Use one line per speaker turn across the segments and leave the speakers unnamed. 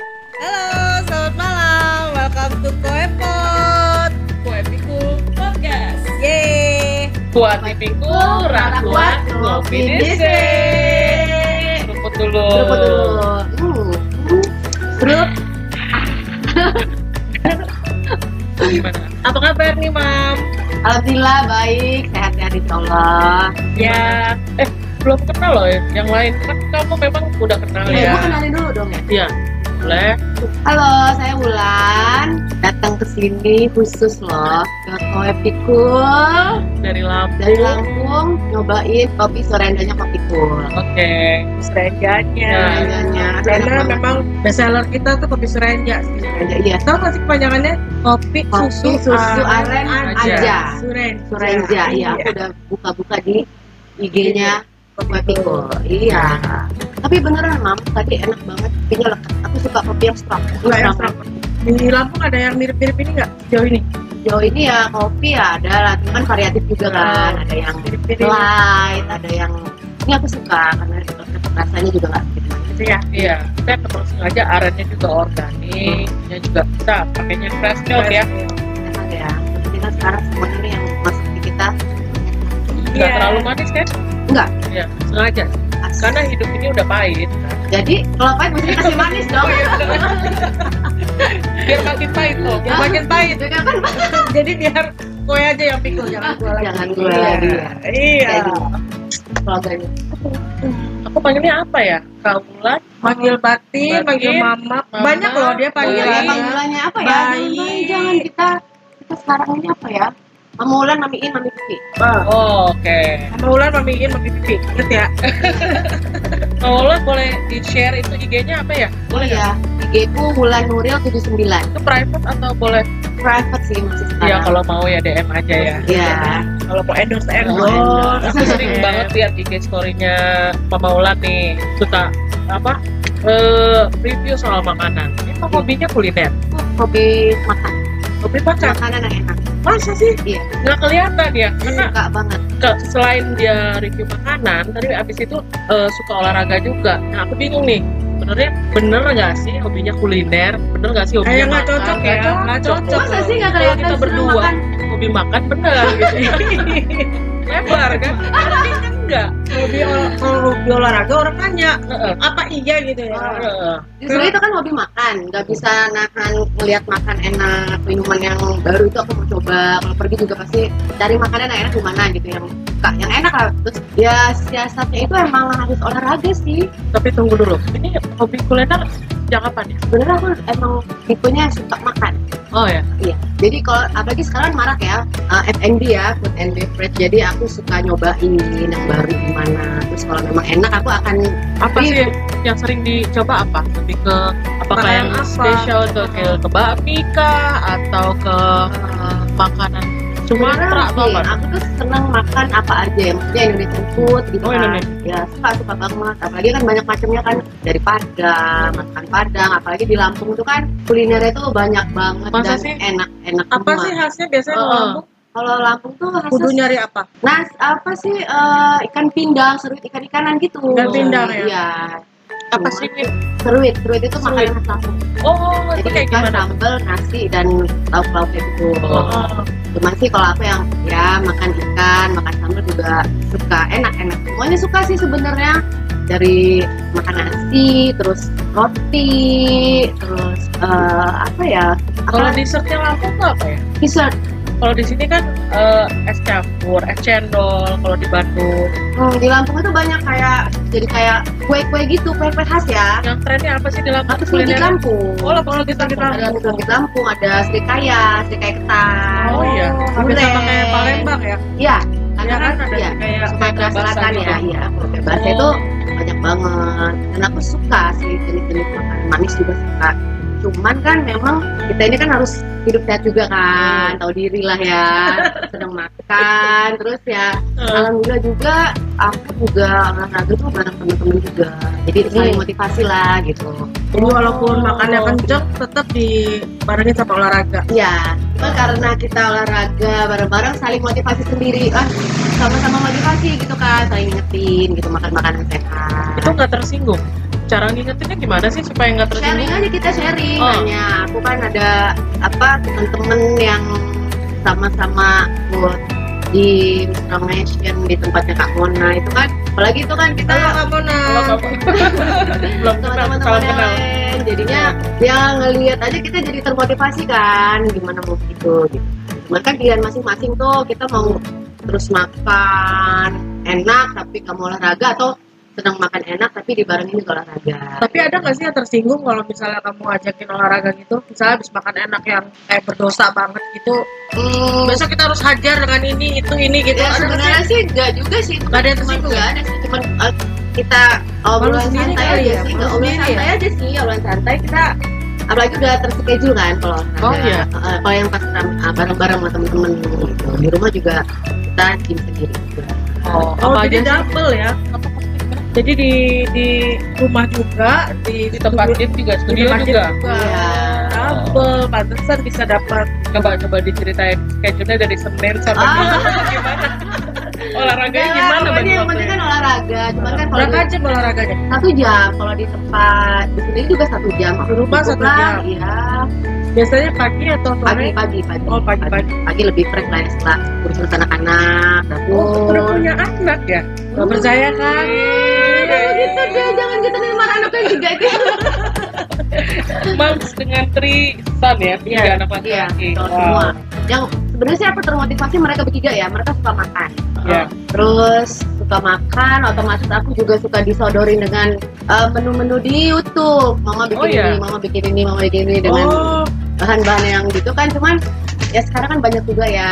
Halo, selamat malam. Welcome to Koepot.
Kuepikul Podcast
Yeay.
Kuat pikul,
rata kuat, ngopi bisik.
Seruput dulu
Seruput dulu. Uh. Serup.
Gimana? Apa kabar nih, Mam?
Alhamdulillah baik, sehat-sehat insya Allah.
Ya, eh belum kenal loh ya. yang lain kan kamu memang udah kenal
Iya.
Eh,
ya
gua kenalin dulu dong ya.
Iya, boleh
Halo, saya Wulan. Datang ke sini khusus loh ke Koe Pikul
dari Lampung
dari Lampung nyobain kopi sorendanya Kopi Pikul.
Oke,
Serenganya.
Nah,
Sorendanya.
Karena
enak banget.
memang bestseller kita tuh kopi surenja sih.
Sorenja, iya.
Tahu nggak sih kepanjangannya? Kopi,
Kopi,
susu,
susu, aren, aja.
Suren.
Sorenja, iya. Aku udah buka-buka di IG-nya kopi pikul iya tapi beneran mam tadi enak banget kopinya lekat aku suka kopi yang strong Aku
Nggak yang
strong.
Di Lampung ada yang mirip-mirip ini nggak sejauh ini?
sejauh ini ya kopi ya ada lah cuman variatif juga kan ada yang
Mirip-mirip.
light ada yang ini aku suka karena tetap rasanya juga nggak gitu
gitu ya.
iya kita ketemu sengaja arennya juga organik
Hmm.
nya juga bisa pakainya fresh milk ya
enak ya Terus kita sekarang semuanya nih yang masuk di kita
nggak
Iya.
terlalu manis kan?
Nggak.
Iya, sengaja
asin.
karena hidup ini udah pahit kan?
jadi kalau pahit mesti kasih manis dong
biar makin pahit loh
Yang makin pahit.
juga kan
Jadi biar gue aja yang pikul,
Ah.
jangan gue lagi.
Jangan gue lagi, ya.
Iya.
Kayak gini. slogannya
gitu. aku panggilnya apa ya kaulan
Manggil batin,
Batin,
manggil mama.
mama,
Banyak loh dia
Iya,
Iya.
panggilan.
panggilannya apa ya? Jangan,
Baik.
baik, jangan kita kita sekarang ini apa ya? Mama Ulan, Mami In, Mami Vivi.
oh, oke
Mama Ulan, Mami Iin, Mami Pipi. Ingat ya?
kaulan boleh di share itu ig-nya apa ya boleh nggak?
ya. IG ku Wulan Nuril 79.
itu private atau boleh
Private sih masih sekarang.
ya kalau mau ya dm aja ya
Ah. Iya.
Kalau mau endorse,
endorse.
endorse.
aku sering banget lihat IG story-nya Mama Ulan nih suka apa eh, review soal makanan emang hobinya kuliner
Aku hobi makan.
hobi makan
Makanan yang enak.
masa sih
Iya.
nggak kelihatan ya karena
Suka banget.
ke- selain dia review makanan tadi abis itu eh, suka olahraga juga nah aku bingung nih sebenarnya bener nggak sih hobinya kuliner bener nggak sih hobinya
Kayak nggak cocok ya? Nggak cocok.
Masa sih nggak
Kalau
kelihatan
kita
senang
berdua
makan?
hobi makan bener gitu lebar kan tapi kan enggak
Hobi ol- kalau hobi olahraga orang tanya
Heeh.
apa iya gitu ya.
Heeh.
Justru itu kan hobi makan. Nggak bisa nahan ngelihat makan enak, minuman yang baru itu aku mau coba. Kalau pergi juga pasti cari makanan yang enak di mana gitu yang suka. Yang enak lah. Terus ya siasatnya itu emang harus olahraga sih.
tapi tunggu dulu ini hobi kuliner sejak kapan ya
sebenarnya aku emang tipenya suka makan
oh ya
iya jadi kalau apalagi sekarang marak ya uh, F&B ya food and beverage jadi aku suka nyobain yang baru gimana terus kalau memang enak aku akan
apa
Iya.
sih yang sering dicoba apa lebih ke apakah
Makanan
yang
apa?
spesial ke ke, ke bakmi kah atau ke eh, makanan
sebenarnya
Sumatera atau apa
sih, aku tuh senang makan apa aja ya maksudnya Indonesian food gitu
Oh,
kan
Indonesia.
ya suka suka banget apalagi kan banyak macamnya kan dari Padang makan Padang apalagi di Lampung tuh kan kulinernya tuh banyak banget
Masa
dan
sih?
enak-enak
Apa
semua.
sih khasnya biasanya
Heeh.
kalau Lampung?
kalau Lampung tuh khasnya
Kudu nyari apa?
Nah, apa sih eh, ikan pindang, seruit ikan-ikanan gitu.
Ikan pindang ya?
Iya.
apa
Cuma
sih Win?
Seruit, seruit itu
Seruit.
makanan khas Lampung.
oh itu
Jadi
kayak
ikan,
gimana
sambal, nasi, dan lauk-lauk kayak gitu.
Oh.
Cuman sih kalau aku yang ya makan ikan, makan sambal juga suka enak-enak. Semuanya suka sih sebenarnya dari makan nasi, terus roti, terus eh, apa ya?
kalau
Apa
dessertnya Lampung tuh apa ya
dessert?
kalau di sini kan eh, es campur es cendol kalau di Bandung
Hmm, di Lampung itu banyak kayak jadi kayak kue-kue gitu, kue-kue khas ya.
yang trennya apa sih di Lampung
Aku sih di Lampung.
oh Lampung lagi lagi
ada
Lampung
Lampung Lampung, ada serikaya, serikaya ketan.
Oh, iya.
Hampir sama
Gulai.
kayak Palembang ya.
Iya,
Iya
karena
kan ada
iya,
kayak
Sumatera
bahasa
Selatan
gitu.
ya, iya. Kue bahasa
Oh.
itu banyak banget. Dan aku suka sih jenis-jenis makanan manis juga suka. Cuman kan memang kita ini kan harus hidup sehat juga kan, tahu diri lah ya, seneng makan, terus ya
Eh,
alhamdulillah juga aku juga olahraga tuh bareng temen-temen juga, jadi saling motivasi lah gitu.
Jadi walaupun makannya
Oh.
kenceng, tetap dibarengin sama olahraga.
Ya, cuma karena kita olahraga bareng-bareng saling motivasi sendiri, ah sama-sama motivasi gitu kan, saling ingetin gitu makan makanan
itu
sehat.
nggak tersinggung cara ngingetinnya gimana sih supaya nggak
sharing
tersinggung
aja kita sharing
Oh.
nanya aku kan ada apa temen-temen yang sama-sama buat di Mission di tempatnya Kak Mona itu kan apalagi itu kan kita
Halo kamu
kalau
nah.
kamu belum
sama
Oh, kenal
teman-teman
salam
yang
kenal
lain jadinya ya ngelihat aja kita jadi termotivasi kan gimana mau gitu gitu cuman kan pilihan masing-masing tuh kita mau terus makan enak tapi nggak mau olahraga atau sedang makan enak tapi dibarengin juga olahraga
Tapi ada nggak sih yang tersinggung kalau misalnya kamu ajakin olahraga gitu, misalnya habis makan enak yang kayak berdosa banget gitu,
Hmm,
besok kita harus hajar dengan ini itu ini gitu. Ada nggak
ya
sih?
sebenarnya sih nggak juga sih
Nggak ada yang
cuman
tersinggung.
nggak ada sih cuman eh, kita obrolan
sendiri
santai
kali ya,
aja sih
Gitu. malu
nggak obrolan
sendiri ya?
santai aja sih obrolan santai kita apalagi udah terschedule kan kalau
Oh,
ada,
iya.
eh, kalau yang pas ram- eh, bareng-bareng sama temen-temen gitu di rumah juga kita gym sendiri juga
oh,
Oh,
apa aja
jadi
sih?
double ya. Jadi di di rumah juga di,
di tempat gym juga
di
studio
tempat gym
juga
Iya.
Double, pantesan bisa dapat
coba coba diceritain schedule-nya dari Senin sampai
Ah.
Minggu gimana olahraganya
Udah,
gimana
pokoknya
bagi
yang penting
ya?
kan
waktunya?
olahraga cuman kan kalau
berapa
di-
jam olahraganya?
satu jam kalau di tempat di sini juga satu jam
Di rumah
Cukup
satu
lah,
jam.
iya
Biasanya pagi atau
pagi
sore?
pagi pagi
Oh, pagi-pagi.
pagi lebih fresh lah setelah urusan anak-anak
Oh,
dapur
udah punya anak ya?
Gak percaya kan?
Iya.
Jangan gitu deh, jangan gitu nih marah anaknya juga itu. ya.
Moms dengan tri son ya, tiga
Iya,
anak
Iya,
laki-laki.
kalau
Wow.
semua. Yang sebenarnya sih aku termotivasi mereka bertiga ya, mereka suka makan.
Iya.
Terus suka makan, otomatis aku juga suka disodorin dengan eh, menu-menu di YouTube. Mama bikin
Oh, iya.
ini, mama bikin ini, mama bikin ini dengan
Oh,
bahan-bahan yang gitu kan. Cuman ya sekarang kan banyak juga ya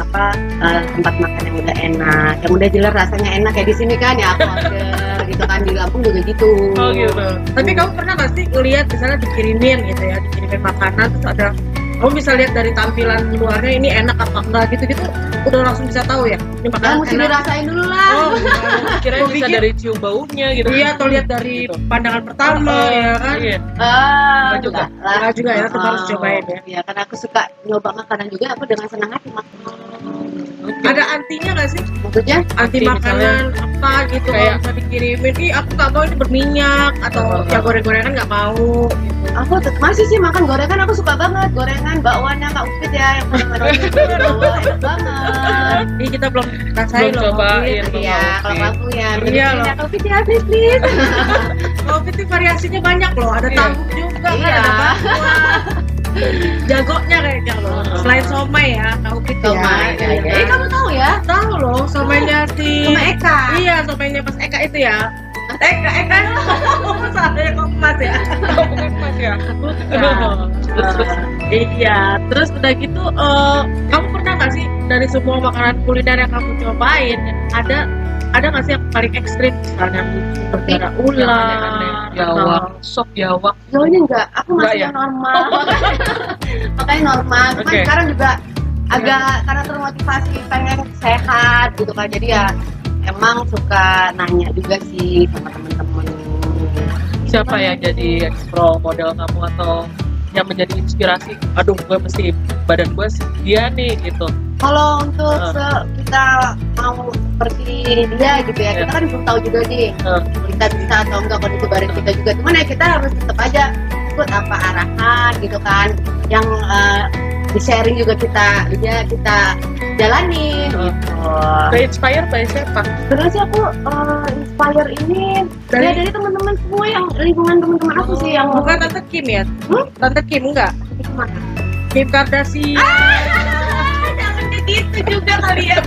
apa eh, tempat makan yang udah enak, yang udah jelas rasanya enak ya di sini kan ya aku order gitu kan di Lampung juga gitu.
Oh gitu.
tapi kamu pernah nggak sih ngeliat misalnya dikirimin gitu ya, dikirimin makanan terus ada kamu bisa lihat dari tampilan luarnya ini enak apa enggak gitu-gitu udah langsung bisa tahu ya ini
Nah,
makanan
mesti
enak.
dirasain dulu lah.
Oh,
Kira
Mau
bisa
bikin-
dari cium baunya gitu.
iya atau lihat dari
Gitu.
pandangan pertama
Oh,
ya kan?
Iya.
Ah,
Enggak juga.
enggak lah.
Enggak juga ya, tetap harus
Oh,
cobain ya.
Iya, karena aku suka nyoba makanan juga, aku dengan senang hati makan.
Oke.
Ada antinya nggak sih?
Maksudnya,
Anti
Anti
makanan apa gitu
kayak-
kalau bisa dikirimin, ih aku nggak mau ini berminyak atau
Oh.
yang goreng-gorengan nggak mau.
aku tet- masih sih makan gorengan, aku suka banget gorengan bakwannya Kak Upit ya, yang pernah nonton Jawa, enak banget.
Ini kita belum rasain
Belum
loh.
coba
Covid.
iya,
Iya, kalau
Kak Upit.
aku ya,
Iya,
beli
loh.
Kak Upit ya, please please.
Covid itu variasinya banyak loh, ada
Iya.
tahu juga kan,
Iya.
ada bakwan. Jagonya kayaknya loh. Selain somai ya, tahu gitu ya.
Somai,
Iya.
iya, iya. Eh, kamu tahu ya?
tahu loh somainya si
Sama Eka.
Iya, somainya pas Eka itu ya. Eka, Eka. Oh, salah ya kok Mas ya.
Oh, bukan Mas ya?
Bukan.
Terus terus
Iya, terus udah gitu, eh, kamu pernah nggak sih dari semua makanan kuliner yang kamu cobain ada ada nggak sih yang paling ekstrim misalnya seperti ada
yang
ular,
aneh-aneh.
Ya
atau-
Jawab, sop jawab.
Jauhnya enggak, aku
Enggak
masih
ya?
normal. Makanya normal, cuman
Oke.
sekarang juga agak karena termotivasi pengen sehat gitu kan. Jadi ya emang suka nanya juga sih sama temen-temen.
Siapa yang jadi pro model kamu atau yang menjadi inspirasi? Aduh, gue mesti badan gue sekian nih gitu.
Kalau untuk
Heeh.
se- kita mau seperti dia gitu ya, kita kan belum tahu juga nih
Heeh.
kita bisa atau enggak kondisi badan kita juga. Cuman ya kita harus tetap aja ikut apa arahan gitu kan, yang eh, di sharing juga kita, ya kita jalani.
Ke inspire by siapa?
Sebenarnya sih aku eh, inspire ini dari,
Dari-
ya, dari teman-teman semua yang lingkungan teman-teman aku sih yang
Bukan Tante Kim ya?
Hmm?
Tante Kim enggak? Kim Kardashian.
Ah! Jangan kayak gitu juga kali ya.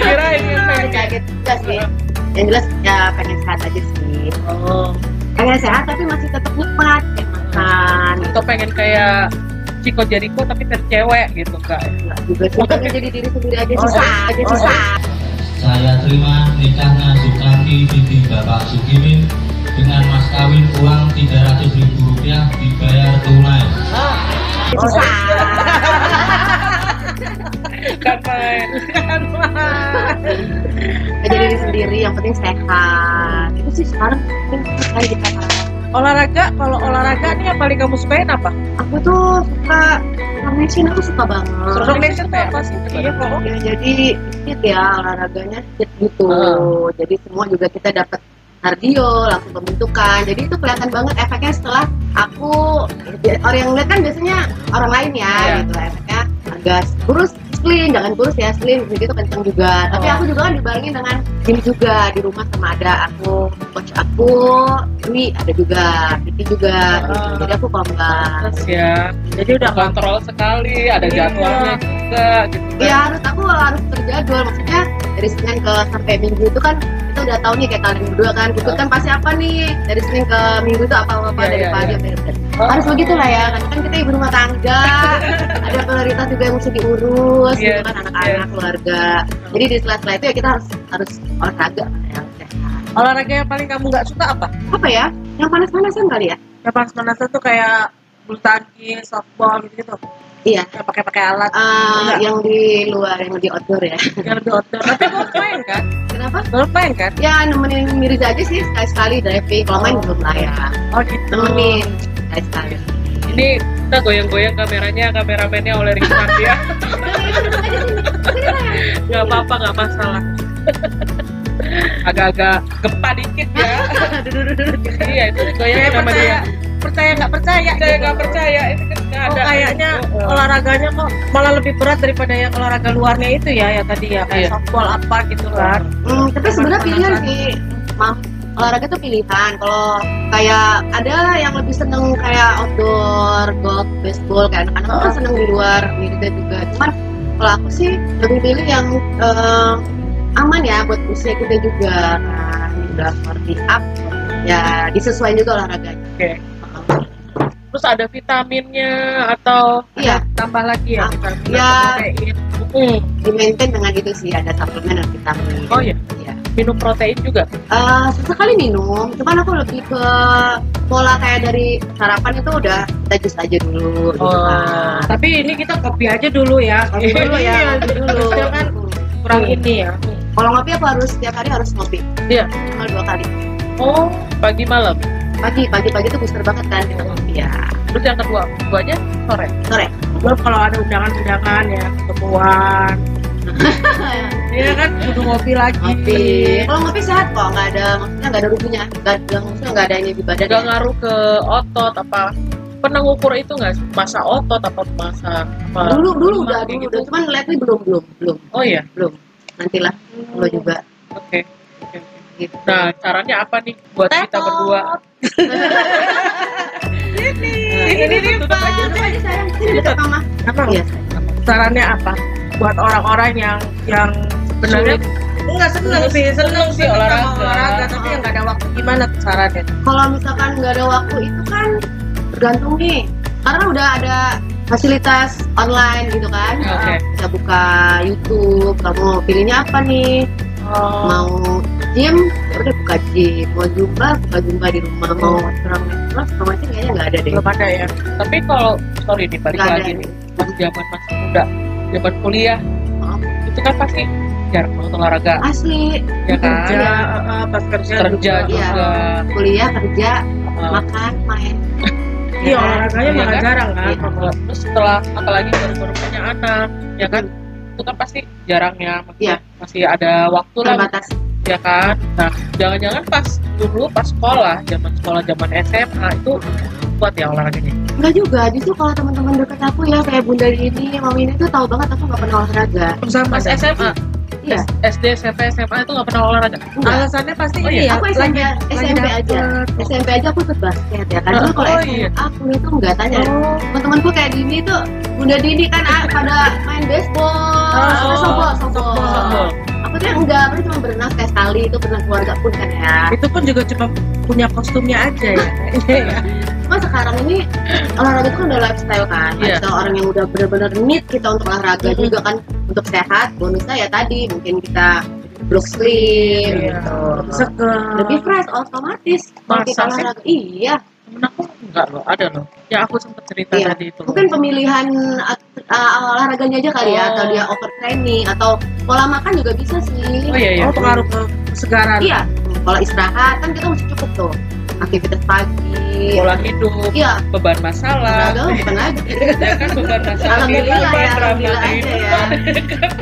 Kirain
Pengen kaget gitu juga sih. Yang jelas ya pengen sehat aja sih.
Oh.
Pengen sehat tapi masih tetap nikmat kayak makan.
Atau pengen kayak Chico Jericho tapi tercewek gitu kak.
Enggak juga sih. Pengen kan jadi diri sendiri aja
Oh,
susah,
oh,
aja
oh,
susah.
Saya terima nikahnya Sukarti binti Bapak Sukimin dengan mas kawin uang 300 ribu rupiah dibayar tunai.
aja susah.
Kan main.
Jadi diri sendiri yang penting sehat. Itu sih sekarang penting kan kita
olahraga, kalau olahraga nih yang paling kamu sukain apa?
Aku tuh suka Nation aku suka banget.
Strong
Strong nation tuh
nation
apa sih? Iya kok.
Ya, jadi sedikit ya olahraganya sedikit gitu.
Ah.
Jadi semua juga kita dapat kardio langsung pembentukan jadi itu kelihatan banget efeknya setelah aku orang yang lihat kan biasanya orang lain ya
Iya.
gitu efeknya agak kurus slim jangan kurus ya slim begitu kenceng juga tapi
Oh.
aku juga kan dibarengin dengan gym juga di rumah sama ada aku coach aku Dwi ada juga Titi juga gitu.
Oh.
jadi aku kompak
Pantes ya.
Jadi udah
Kontrol sekali, ada
Iya.
jadwalnya juga gitu kan.
Ya harus aku harus terjadwal maksudnya dari Senin ke sampai Minggu itu kan kita udah tahu nih kayak kalian berdua kan ikut kan pasti apa nih dari Senin ke Minggu itu apa apa
Iya,
dari
iya,
pagi
iya.
sampai harus begitu lah ya karena kan kita ibu rumah tangga ada prioritas juga yang mesti diurus gitu
Iya,
kan anak-anak
iya.
keluarga jadi di sela-sela itu ya kita harus harus olahraga ya, sehat.
olahraga yang paling kamu nggak suka apa?
apa ya yang panas-panasan kali ya
Yang panas panasan tuh kayak bulu tangkis, softball gitu gitu.
iya
Yang pakai pakai alat
Eh,
Iya.
Enggak.
yang di luar yang di outdoor ya
yang lebih outdoor. Tapi golf main kan?
kenapa
Golf main kan?
ya nemenin Mirza aja sih sekali-sekali driving kalau main belum lah ya
Oh gitu.
nemenin sekali-sekali
Ini kita goyang-goyang kameranya, kameramennya oleh Richard ya.
Iya.
Gak apa-apa, gak masalah. Agak-agak gempa dikit ya. Iya itu goyang
Kayak
sama
percaya,
dia.
percaya nggak percaya?
Percaya
gitu.
gak percaya itu kan nggak
Oh,
ada.
kayaknya
Oh, oh.
olahraganya kok malah lebih berat daripada yang olahraga luarnya itu ya, ya tadi ya kayak
Iya.
softball apa gitu kan.
Hmm, tapi sebenarnya pilihan sih maaf olahraga tuh pilihan kalau kayak ada yang lebih seneng kayak outdoor golf baseball kayak anak-anak kan seneng di luar Mirza juga cuman kalau aku sih lebih pilih yang eh, aman ya buat usia kita juga kan udah 40 up ya disesuaikan juga olahraganya
Oke. Terus ada vitaminnya atau
iya
Tambah lagi ya. kita
ya.
protein.
Hmm,
di maintain dengan itu sih ada suplemen dan vitamin
Oh, iya?
iya
minum protein juga.
Eh, sesekali minum, cuman aku lebih ke pola kayak dari sarapan itu udah kita jus aja dulu gitu
Oh.
kan.
Tapi ini kita kopi aja dulu ya.
Kopi dulu ya,
Iya,
kopi dulu.
Terusnya kan kurang ini ya.
Kalau ngopi aku harus setiap hari harus ngopi.
Iya.
Minimal dua kali.
Oh, pagi malam.
Pagi, pagi, pagi tuh booster banget kan dengan ngopi ya.
Terus yang kedua, keduanya sore.
Sore.
Belum kalau ada undangan-undangan ya, ketemuan. Iya kan, kudu ngopi lagi.
ngopi. Iya. Kalau ngopi sehat kok, nggak ada maksudnya nggak ada ruginya, nggak nggak- maksudnya nggak ada ini di badan. ya.
Gak ngaruh ke otot apa pernah ngukur itu nggak sih? masa otot apa masa apa
Dulu, dulu udah,
Kayak
dulu,
gitu.
udah. Cuman ngeliat nih belum, belum, belum,
oh iya
belum. Nantilah, lo juga.
oke oke, oke.
Gitu.
nah caranya apa nih buat kita berdua
Ini nih,
tutup aja.
Tutup aja sayang, sini dekat mama.
Emang
Iya, sayang.
sarannya apa? Buat orang-orang yang yang sebenarnya enggak seneng sih, seneng sih olahraga,
olahraga.
olahraga tapi yang nggak ada waktu gimana tuh sarannya?
kalau misalkan nggak ada waktu itu kan tergantung nih karena udah ada fasilitas online gitu kan
Oke.
bisa buka YouTube kamu pilihnya apa nih
eh,
mau gym ya udah buka gym mau zumba buka zumba di rumah mau terang terus masih kayaknya nggak ada deh
belum ada ya.
tapi kalau sorry nih balik
Nggak ada
lagi
nih.
nih pas zaman masih muda zaman kuliah
Oh.
itu kan pasti jarang banget olahraga
asli
ya kan
Kerja, eh, pas kerja,
kerja
juga.
Iya.
juga eh,
kuliah kerja
Uh,
makan main
Iya, olahraganya
Iya
malah
kan?
jarang kan.
Iya.
Kalau- terus setelah apalagi baru-baru punya anak ya kan itu kan pasti jarang ya maksudnya masih ada waktu lah
terbatas
ya kan nah jangan-jangan pas dulu pas sekolah zaman sekolah zaman SMA itu buat ya olahraganya
Enggak juga, justru kalau teman-teman deket aku ya kayak bunda ini, mami ini tuh tahu banget aku nggak pernah olahraga.
Sama
pas
deh.
SMA
Iya.
S- SD SMP SMA itu nggak pernah olahraga
Enggak.
Alasannya pasti ini
Oh, iya.
ya.
Aku SMP, SMP aja.
dapet. eh,
SMP aja aku ikut basket ya karena
Oh,
kalau
iya.
SMA aku itu nggak tanya
Oh,
teman-temanku kayak Dini tuh Bunda Dini kan ah, pada main baseball sampai softball, softball.
Oh, Softball.
aku tuh yang enggak aku cuma berenang sekali sekali itu berenang keluarga pun kan ya
itu pun juga cuma punya kostumnya aja ya.
cuma sekarang ini olahraga itu kan udah lifestyle kan
Iya.
lifestyle orang yang udah bener-bener need kita untuk olahraga
Mm-mm.
juga kan untuk sehat bonusnya ya tadi mungkin kita look slim
Iya.
gitu
Seger.
lebih fresh otomatis kalau kita
Ah. Masa sih?
olahraga iya
temen aku enggak loh ada loh ya aku sempat cerita
Iya.
tadi itu
mungkin pemilihan uh, uh, olahraganya aja kali ya
Oh.
atau dia overtraining atau pola makan juga bisa sih
oh iya iya
Oh, pengaruh ke kesegaran.
iya Hmm, kalau istirahat kan kita mesti cukup tuh aktivitas pagi
pola hidup
iya
beban masalah
olahraga bukan lagi
ya kan beban
Iya.
masalah
alhamdulillah
kehidupan,
ya
berat
alhamdulillah aja
hidup.
ya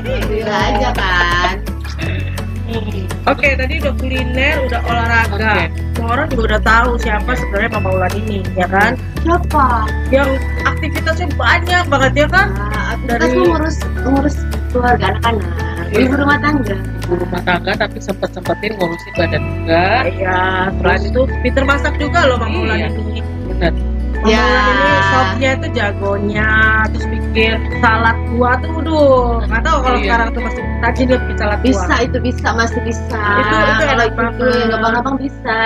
alhamdulillah aja kan
Hmm.
Oke, tadi udah kuliner, udah olahraga.
Oke.
Semua orang juga udah tahu siapa sebenarnya Mama Ulan ini, ya kan?
Siapa?
Yang aktivitasnya banyak banget ya kan?
Nah,
Dari-
aktivitas mengurus ngurus keluarga anak-anak,
Iya.
ibu rumah tangga.
Ibu rumah tangga tapi sempet sempetin ngurusin badan juga
Iya, terus itu pinter masak juga loh Mama Ulan
Iya.
ini.
bener
Mama
Ya.
Ulan ini sopnya itu jagonya, terus bikin salad buah tuh, duh. Nggak tahu kalau
Iya.
sekarang tuh masih tajin dia bikin salad buah.
Bisa itu bisa masih bisa.
Itu- itu
kalau
enak
ibu dulu
banget.
yang gampang-gampang bisa.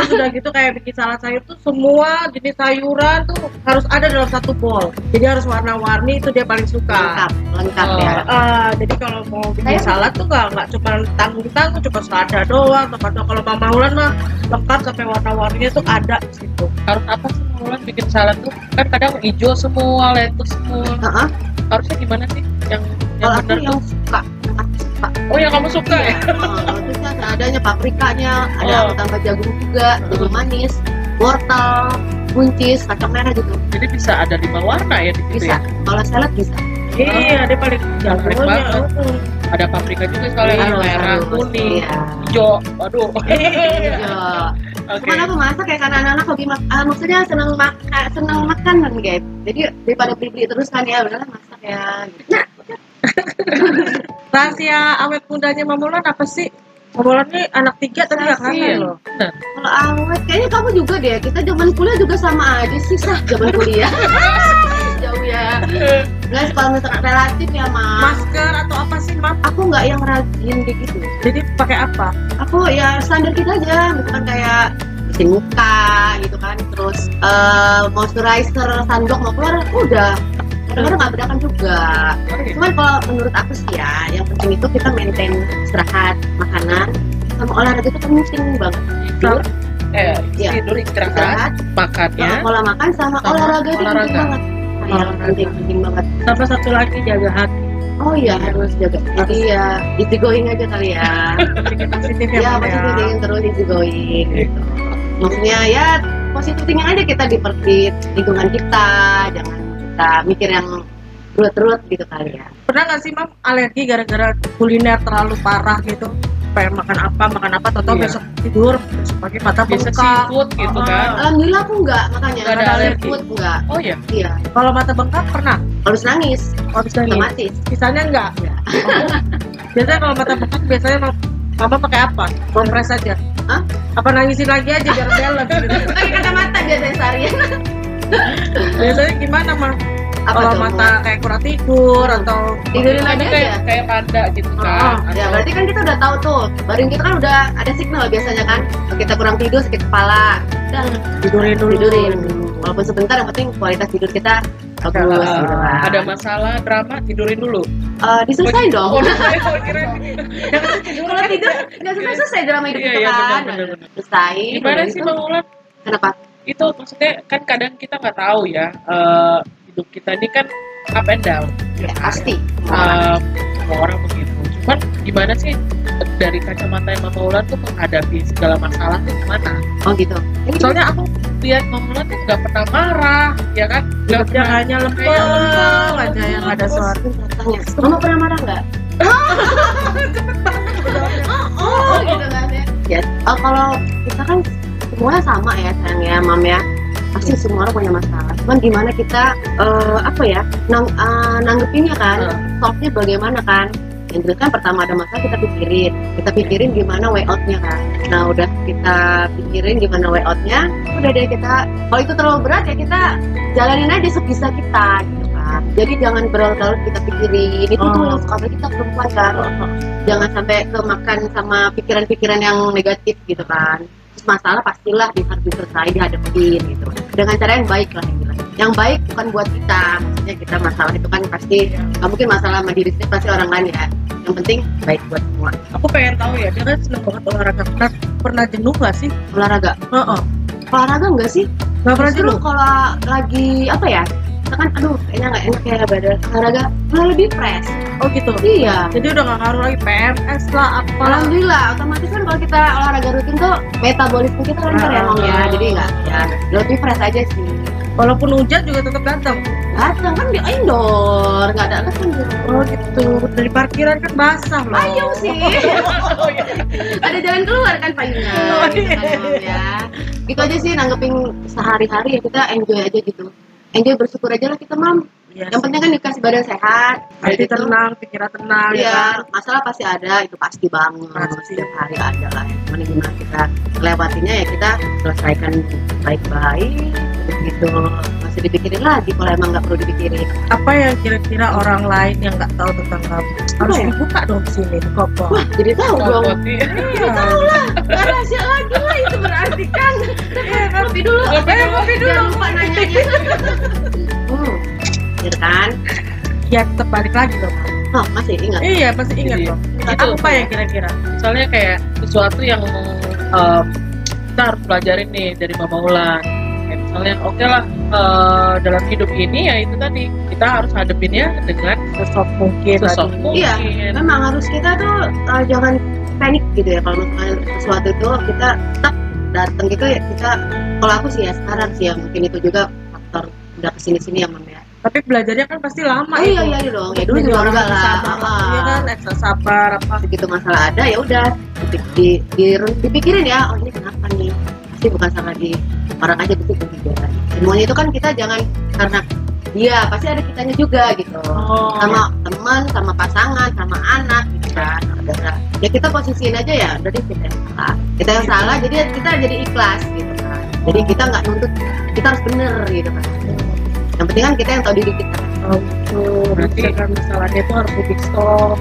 Terus udah gitu kayak bikin salad sayur tuh semua jenis sayuran tuh harus ada dalam satu bowl. Jadi harus warna-warni itu dia paling suka.
Lengkap, lengkap
Oh.
ya.
Ah, jadi kalau mau bikin
Saya-
salad tuh nggak nggak cuma tanggung tanggung cuma selada doang. Tempat kalau Mama Ulan mah lengkap sampai warna-warninya tuh ada di situ.
harus apa sih mulai bikin salad tuh kan kadang hijau semua lettuce semua
Heeh.
harusnya gimana sih yang yang
Kalau aku
bener tuh
yang suka, yang aku suka.
oh yang kamu suka ya
Oh, terus ada adanya paprikanya, ada
Oh.
aku tambah jagung juga, jagung manis, wortel, buncis, kacang merah gitu.
jadi bisa ada lima warna ya di situ
Bisa.
ya
Kalau salad bisa.
Iya, dia paling
Menarik
jagonya.
Oh. banget. ada paprika juga
Iya,
soalnya yang merah
harus,
kuning
Iya.
hijau waduh
Iya.
Iya.
oke
Cuman aku masak kayak ya, karena anak-anak hobi mak ah, maksudnya senang makan, senang makanan guys. Jadi daripada beli-beli terus kan ya, udahlah masak ya. Gitu.
Rahasia awet mudanya Mama Ulan apa sih? Mama Ulan ini anak tiga tadi Iya, nggak
Rahasia.
kangen loh.
Iya. Nah. Kalau awet, kayaknya kamu juga deh. Kita zaman kuliah juga sama aja sih sah zaman kuliah. Jauh ya. Guys, kalau misalkan relatif ya mas.
Masker atau apa sih, Mam?
Aku nggak yang rajin kayak gitu.
Jadi pakai apa?
Aku ya standar kita aja, misalkan kayak mesin muka gitu kan, terus eh, moisturizer, sunblock mau keluar, udah. Kadang-kadang nggak bedakan juga. Cuman kalau menurut aku sih ya, yang penting itu kita maintain istirahat, makanan, sama olahraga itu penting banget.
tidur eh
Iya.
tidur istirahat
Istirahat,
makannya
sama pola makan, sama,
ya. Sama
olahraga itu penting
olahraga.
banget. Nah, yang
Olahraga.
penting penting banget.
Sama satu lagi jaga hati.
Oh iya harus jaga. Jadi ya easy going aja kali ya.
Bikin positif ya,
ya
Mam,
pasti
ya.
penting terus easy going. Gitu. Maksudnya ya positif thinking aja kita di di lingkungan kita, jangan kita mikir yang terus-terus gitu kali ya.
Pernah nggak sih, Mam, alergi gara-gara kuliner terlalu parah gitu? pengen makan apa, makan apa, atau
Iya.
besok tidur, besok pagi mata
bisa
bengkak.
seafood gitu kan
Alhamdulillah aku enggak makanya
Enggak ada
Kalau
alergi.
food enggak.
oh ya
Iya,
Kalau mata bengkak pernah?
harus nangis
Kalau bisa nih.
otomatis.
Sisanya enggak?
Iya.
biasanya kalau mata bengkak biasanya mam- mama pakai apa? Kompres aja.
Hah?
Apa nangisin lagi aja biar balance gitu.
pakai kacamata biasanya seharian
Biasanya gimana, Mam?
apa
Kalau
tuh?
mata kayak kurang tidur atau
tidurin
Kan
aja
kayak
ya
kayak tanda gitu
Ah,
kan
ya
Atau-
berarti kan kita udah tahu tuh baring kita kan udah ada signal biasanya kan kita kurang tidur sakit kepala udah
tidurin dulu.
tidurin walaupun sebentar yang penting kualitas tidur kita bagus
Kalau
gitu kan.
Ah, ada masalah drama tidurin dulu.
Eh, diselesain
Oh,
dong
saya kira
kalau tidur nggak selesai selesai drama hidup
Iya,
kita
iya,
kan
benar, benar, benar.
selesai
gimana
udah
sih
gitu.
Bang Ulan?
kenapa
Itu maksudnya kan kadang kita nggak tahu ya eh, hidup kita ini kan up and down.
ya pasti
Eh, semua orang begitu. Cuman gimana sih dari kacamata yang Mama Ulan tuh menghadapi segala masalah tuh gimana?
oh gitu
Soalnya aku lihat Mama Ulan tuh nggak pernah marah, ya kan? Nggak
Yang
pernah
hanya lempeng
Kayak lempeng,
aja yang ada
terus-
suara.
Tanya, mama pernah marah nggak? Oh, gitu kan ya. Ya, oh, kalau kita kan semuanya sama ya sayang ya, mam ya. Pasti semua orang punya masalah. Cuman gimana kita eh, apa ya nang eh, nanggepinnya kan, solve-nya bagaimana kan? Yang jelas kan pertama ada masalah kita pikirin, kita pikirin gimana way out-nya kan. Nah udah kita pikirin gimana way out-nya, udah deh kita kalau itu terlalu berat ya kita jalanin aja sebisa kita gitu kan. Jadi jangan berlarut-larut kita pikirin itu tuh
Oh.
yang suka kita perempuan kan jangan sampai kemakan sama pikiran-pikiran yang negatif gitu kan Terus masalah pastilah di- harus diselesai dihadapin gitu dengan cara yang baik lah yang jelas yang baik bukan buat kita maksudnya kita masalah itu kan pasti nggak mungkin masalah sama diri sendiri pasti orang lain ya yang penting baik buat semua
Aku pengen tahu ya, dia kan seneng banget olahraga. Pernah, pernah jenuh gak sih?
olahraga
Heeh.
olahraga enggak sih
Gak pernah
Justru
jenuh.
kalau lagi apa ya misalkan aduh kayaknya nggak enak ya badan olahraga lalu di press
Oh gitu.
iya
Jadi udah gak ngaruh lagi PMS lah apalah.
Alhamdulillah, otomatis kan kalau kita olahraga rutin tuh metabolisme kita lancar ya Mam ya,
Ah.
jadi nggak ya lebih fresh aja sih.
Walaupun hujan juga tetap datang.
Datang kan di indoor, nggak ada alasan gitu.
Oh gitu. Dari parkiran kan basah loh.
Payung sih, ada jalan keluar kan payungnya.
iya. Oh,
gitu kan, Mam, ya. Itu aja sih nanggepin sehari-hari ya kita enjoy aja gitu. Enjoy bersyukur aja lah kita mam.
Iya.
Yang penting kan dikasih badan sehat.
Hati
Gitu.
tenang, pikiran tenang ya kan.
Iya, masalah pasti ada, itu pasti banget.
Pasti.
Setiap hari ada lah. Cuman gimana kita melewatinya ya kita selesaikan baik-baik. Gitu. Masih dipikirin lagi kalau emang nggak perlu dipikirin.
apa yang kira-kira orang lain yang nggak tahu tentang kamu harus
ya?
dibuka dong di sini di kopong
Wah, jadi tahu dong.
Boti.
iya
Nggak rahasia lagi lah itu berarti kan.
Iya,
Kopi dulu.
Kopi dulu, kopi dulu.
Jangan lupa nanya. Hmm. Gitu kan?
ya tetap balik lagi dong
Oh, masih ingat.
iya pasti ingat
Iya.
dong
Gitu.
Itu.
apa yang kira-kira
misalnya kayak sesuatu yang um, kita harus pelajarin nih dari Mama Ulan kayak misalnya oke lah eh, dalam hidup ini ya itu tadi kita harus hadepinnya dengan
sesok mungkin
sesok
tadi.
mungkin
Iya, memang harus kita tuh uh, jangan panik gitu ya kalau misalnya sesuatu itu kita tetap datang gitu ya kita kalau aku sih ya sekarang sih ya mungkin itu juga faktor udah kesini sini yang memang ya
tapi belajarnya kan pasti lama
oh, iya iya iya dong ya dulu
Jadi
juga
orang
enggak lah
sabar, iya kan ekstra sabar apa
Ah, begitu masalah ada ya udah di, di, di- dipikirin ya oh ini kenapa nih pasti bukan salah di orang aja gitu juga semuanya itu kan kita jangan karena dia pasti ada kitanya juga gitu
oh
sama teman, sama pasangan, sama anak, gitu kan, saudara. Ya kita posisiin aja ya, jadi kita yang salah. Kita
Iya.
yang salah, jadi kita jadi ikhlas gitu kan. Jadi kita nggak nuntut, kita harus bener gitu kan. Yang penting kan kita yang tahu diri kita.
Oh, gitu.
Berarti-
misalkan masalahnya itu harus di stop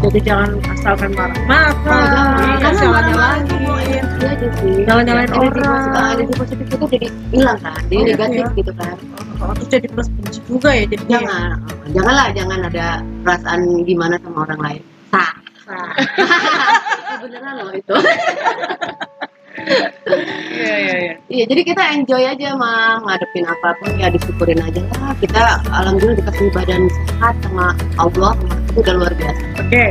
jadi jangan asalkan marah-marah
jangan.
Jangan
Karena
salahnya
marah-marah
lagi
semua, iya. Iya aja sih.
Nyala-nyalain
Energi positif-
orang.
Energi positif itu jadi hilang kan, jadi
Oh, gitu
negatif
ya.
gitu kan.
Oh, terus jadi plus benci juga ya jadi
Jangan, oh, janganlah jangan ada perasaan gimana sama orang lain. Sah. Beneran loh itu.
iya iya iya
Iya, jadi kita enjoy aja mah ngadepin apapun ya disyukurin aja lah. Kita alhamdulillah dikasih badan sehat sama Allah, sama itu udah luar biasa.
Oke,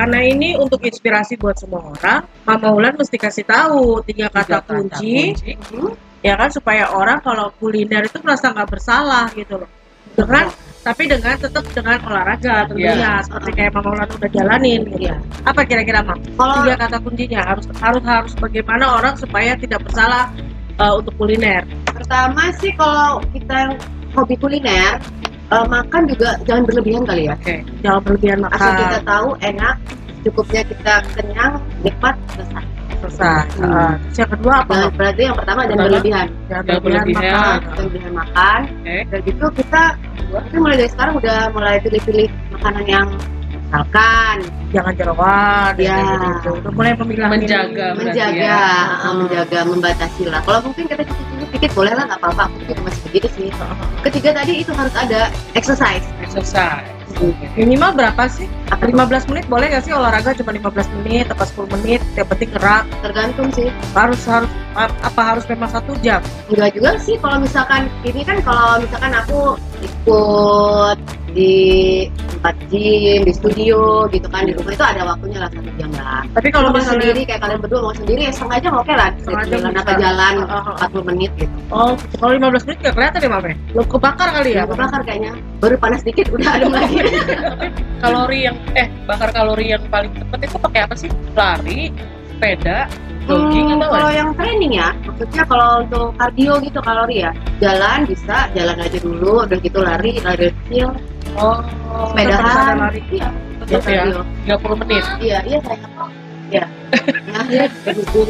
karena ini untuk inspirasi buat semua orang, Mama Ulan mesti kasih tahu tiga kata kunci, ya kan supaya orang kalau kuliner itu merasa nggak bersalah gitu loh. Dengan tapi dengan tetap dengan olahraga tentunya
Iya.
seperti kayak Mama Ulan udah jalanin gitu.
Iya.
Apa kira-kira Mam?
Kalau
Tiga kata kuncinya harus harus harus bagaimana orang supaya tidak bersalah eh, untuk kuliner.
pertama sih kalau kita yang hobi kuliner, eh, makan juga jangan berlebihan kali ya.
oke
Jangan berlebihan
Asal kita
makan.
tahu enak, cukupnya kita kenyang, nikmat, selesai.
Selesai.
Hmm.
Eh, terus yang kedua apa?
Nah, berarti yang pertama jangan
Pertama,
berlebihan.
Jangan
jangan
berlebihan
berlebihan.
makan.
Jangan berlebihan makan.
oke
udah gitu kita kita mulai dari sekarang udah mulai pilih-pilih makanan yang misalkan
Jangan jeroan.
Iya.
ya Gitu. Udah mulai memilah
Menjaga. Berarti
menjaga
ya.
ah, menjaga membatasi lah kalau mungkin kita cukup sedikit boleh lah nggak apa-apa aku juga masih begitu sih ketiga tadi itu harus ada exercise
exercise
Minimal berapa sih?
apa tuh?
15 menit boleh nggak sih olahraga cuma 15 menit atau 10 menit? Yang penting gerak.
tergantung sih
Harus harus a- apa harus memang satu jam?
enggak juga sih kalau misalkan ini kan kalau misalkan aku ikut di tempat gym di studio gitu kan di rumah itu ada waktunya lah satu jam lah
Tapi kalau
mau
misalnya
sendiri kayak kalian berdua mau sendiri ya setengah jam oke lah
Setengah jam
jalan apa
bisa.
jalan
Oh, oh,
40 menit gitu
oh kalau 15 menit nggak kelihatan ya Mame? Belum kebakar kali ya?
ya
Mame?
kebakar kayaknya baru panas dikit udah adem lagi
kalori yang eh bakar kalori yang paling tepat itu pakai apa sih lari sepeda jogging
Hmm,
atau
kalau
apa
yang training ya maksudnya kalau untuk kardio gitu kalori ya jalan bisa jalan aja dulu udah gitu lari lari kecil
oh
Tetap bisa ada
sepedaan
lari.
iya
tetap ya
kardio.
30 menit
iya iya saya iya nah, iya berhubung.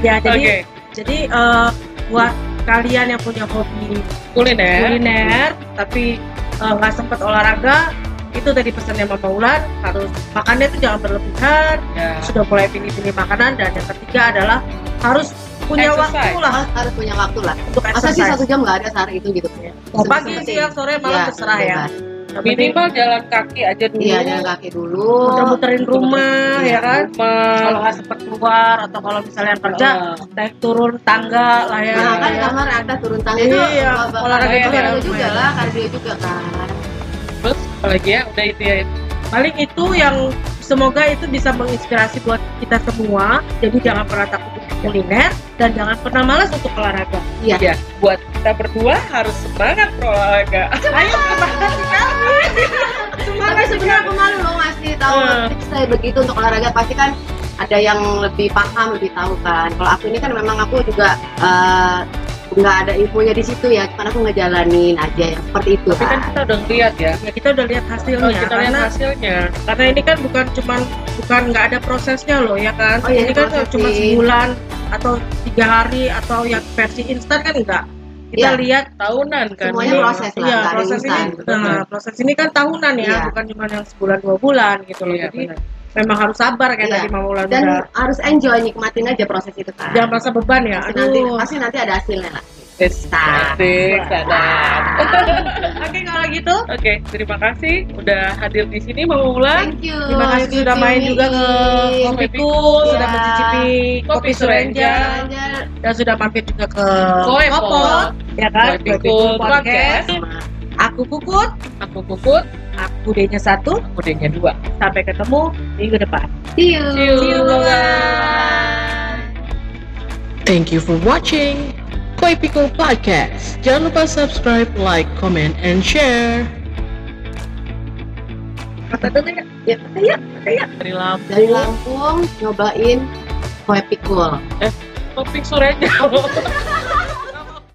Ya
oke
jadi jadi eh, buat kalian yang punya hobi
kuliner
kuliner tapi eh, nggak sempat olahraga itu tadi pesannya Mama Ulan harus makannya itu jangan berlebihan
Ya.
sudah mulai pilih-pilih makanan dan yang ketiga adalah harus punya
Exercise.
waktu lah
Harus- harus punya waktu lah
untuk
masa
exercise.
sih satu jam nggak ada sehari itu gitu
Mau pagi, siang, sore, malam
Iya,
terserah ya.
bebas.
minimal jalan kaki aja dulu
Iya, jalan kaki dulu.
muter-muterin rumah
Iya.
ya kan kalau
Mal-
nggak sempat keluar atau kalau misalnya kerja
Eh,
naik turun tangga lah ya,
Nah, kan
ya.
kamar atas turun tangga itu
Iya,
olahraga
olahraga
juga,
juga
olahraga
ya,
juga
lumayan.
lah, kardio juga kan.
terus apalagi ya udah itu ya
paling itu yang semoga itu bisa menginspirasi buat kita semua jadi jangan pernah takut untuk kuliner dan jangan pernah malas untuk olahraga
Iya.
ya buat kita berdua harus semangat berolahraga
ayo kembali
Tapi sebenarnya aku malu loh ngasih tahu
Iya.
Eh.
tips saya begitu untuk olahraga pasti kan ada yang lebih paham lebih tahu kan. Kalau aku ini kan memang aku juga eh, nggak ada infonya di situ ya, karena aku ngejalanin aja yang seperti itu
tapi kan
kan.
kita udah ngeliat ya
ya kita udah lihat hasilnya
Oh,
kalau kita lihat
karena
hasilnya
karena ini kan bukan cuman bukan nggak ada prosesnya loh ya kan
Oh, iya,
ini kan
prosesnya.
cuma sebulan atau tiga hari atau yang versi instan kan enggak kita
Iya.
lihat
tahunan kan
Semuanya
Iya.
proses lah,
iya,
nggak ada
proses ini
instan.
nah, proses ini kan tahunan ya
Iya.
bukan cuma yang sebulan dua bulan gitu loh
Iya,
jadi
benar.
memang harus sabar kayak
Iya.
tadi Mama Ulan
Dan
udah.
harus enjoy nikmatin aja proses itu kan.
jangan merasa beban ya
Pasti nanti,
aduh Kan?
pasti nanti ada hasilnya lah.
Yes,
Nah.
cantik, sadar.
oke kalau gitu
Oke, terima kasih udah hadir di sini Mama Wulan.
Thank you.
terima kasih sudah main juga ke kopiku
Iya.
sudah mencicipi
Kopi
kopi
Surenja.
surenja
Jangan-
dan sudah mampir juga ke
Koi Pot.
Kopot, ya kan
Koi
Koi
Pikul
Pikul podcast
jangan-
aku Kukut
Aku Puput,
aku Denya satu
aku Denya dua.
sampai ketemu minggu depan
See you.
See you.
Bye.
Thank you for watching Koi Pickle Podcast. Jangan lupa subscribe, like, comment, and share.
Apa tuh Teh? Ya, ya, ya.
Dari Lampung.
Dari Lampung nyobain kue pikul.
Topik Surenja.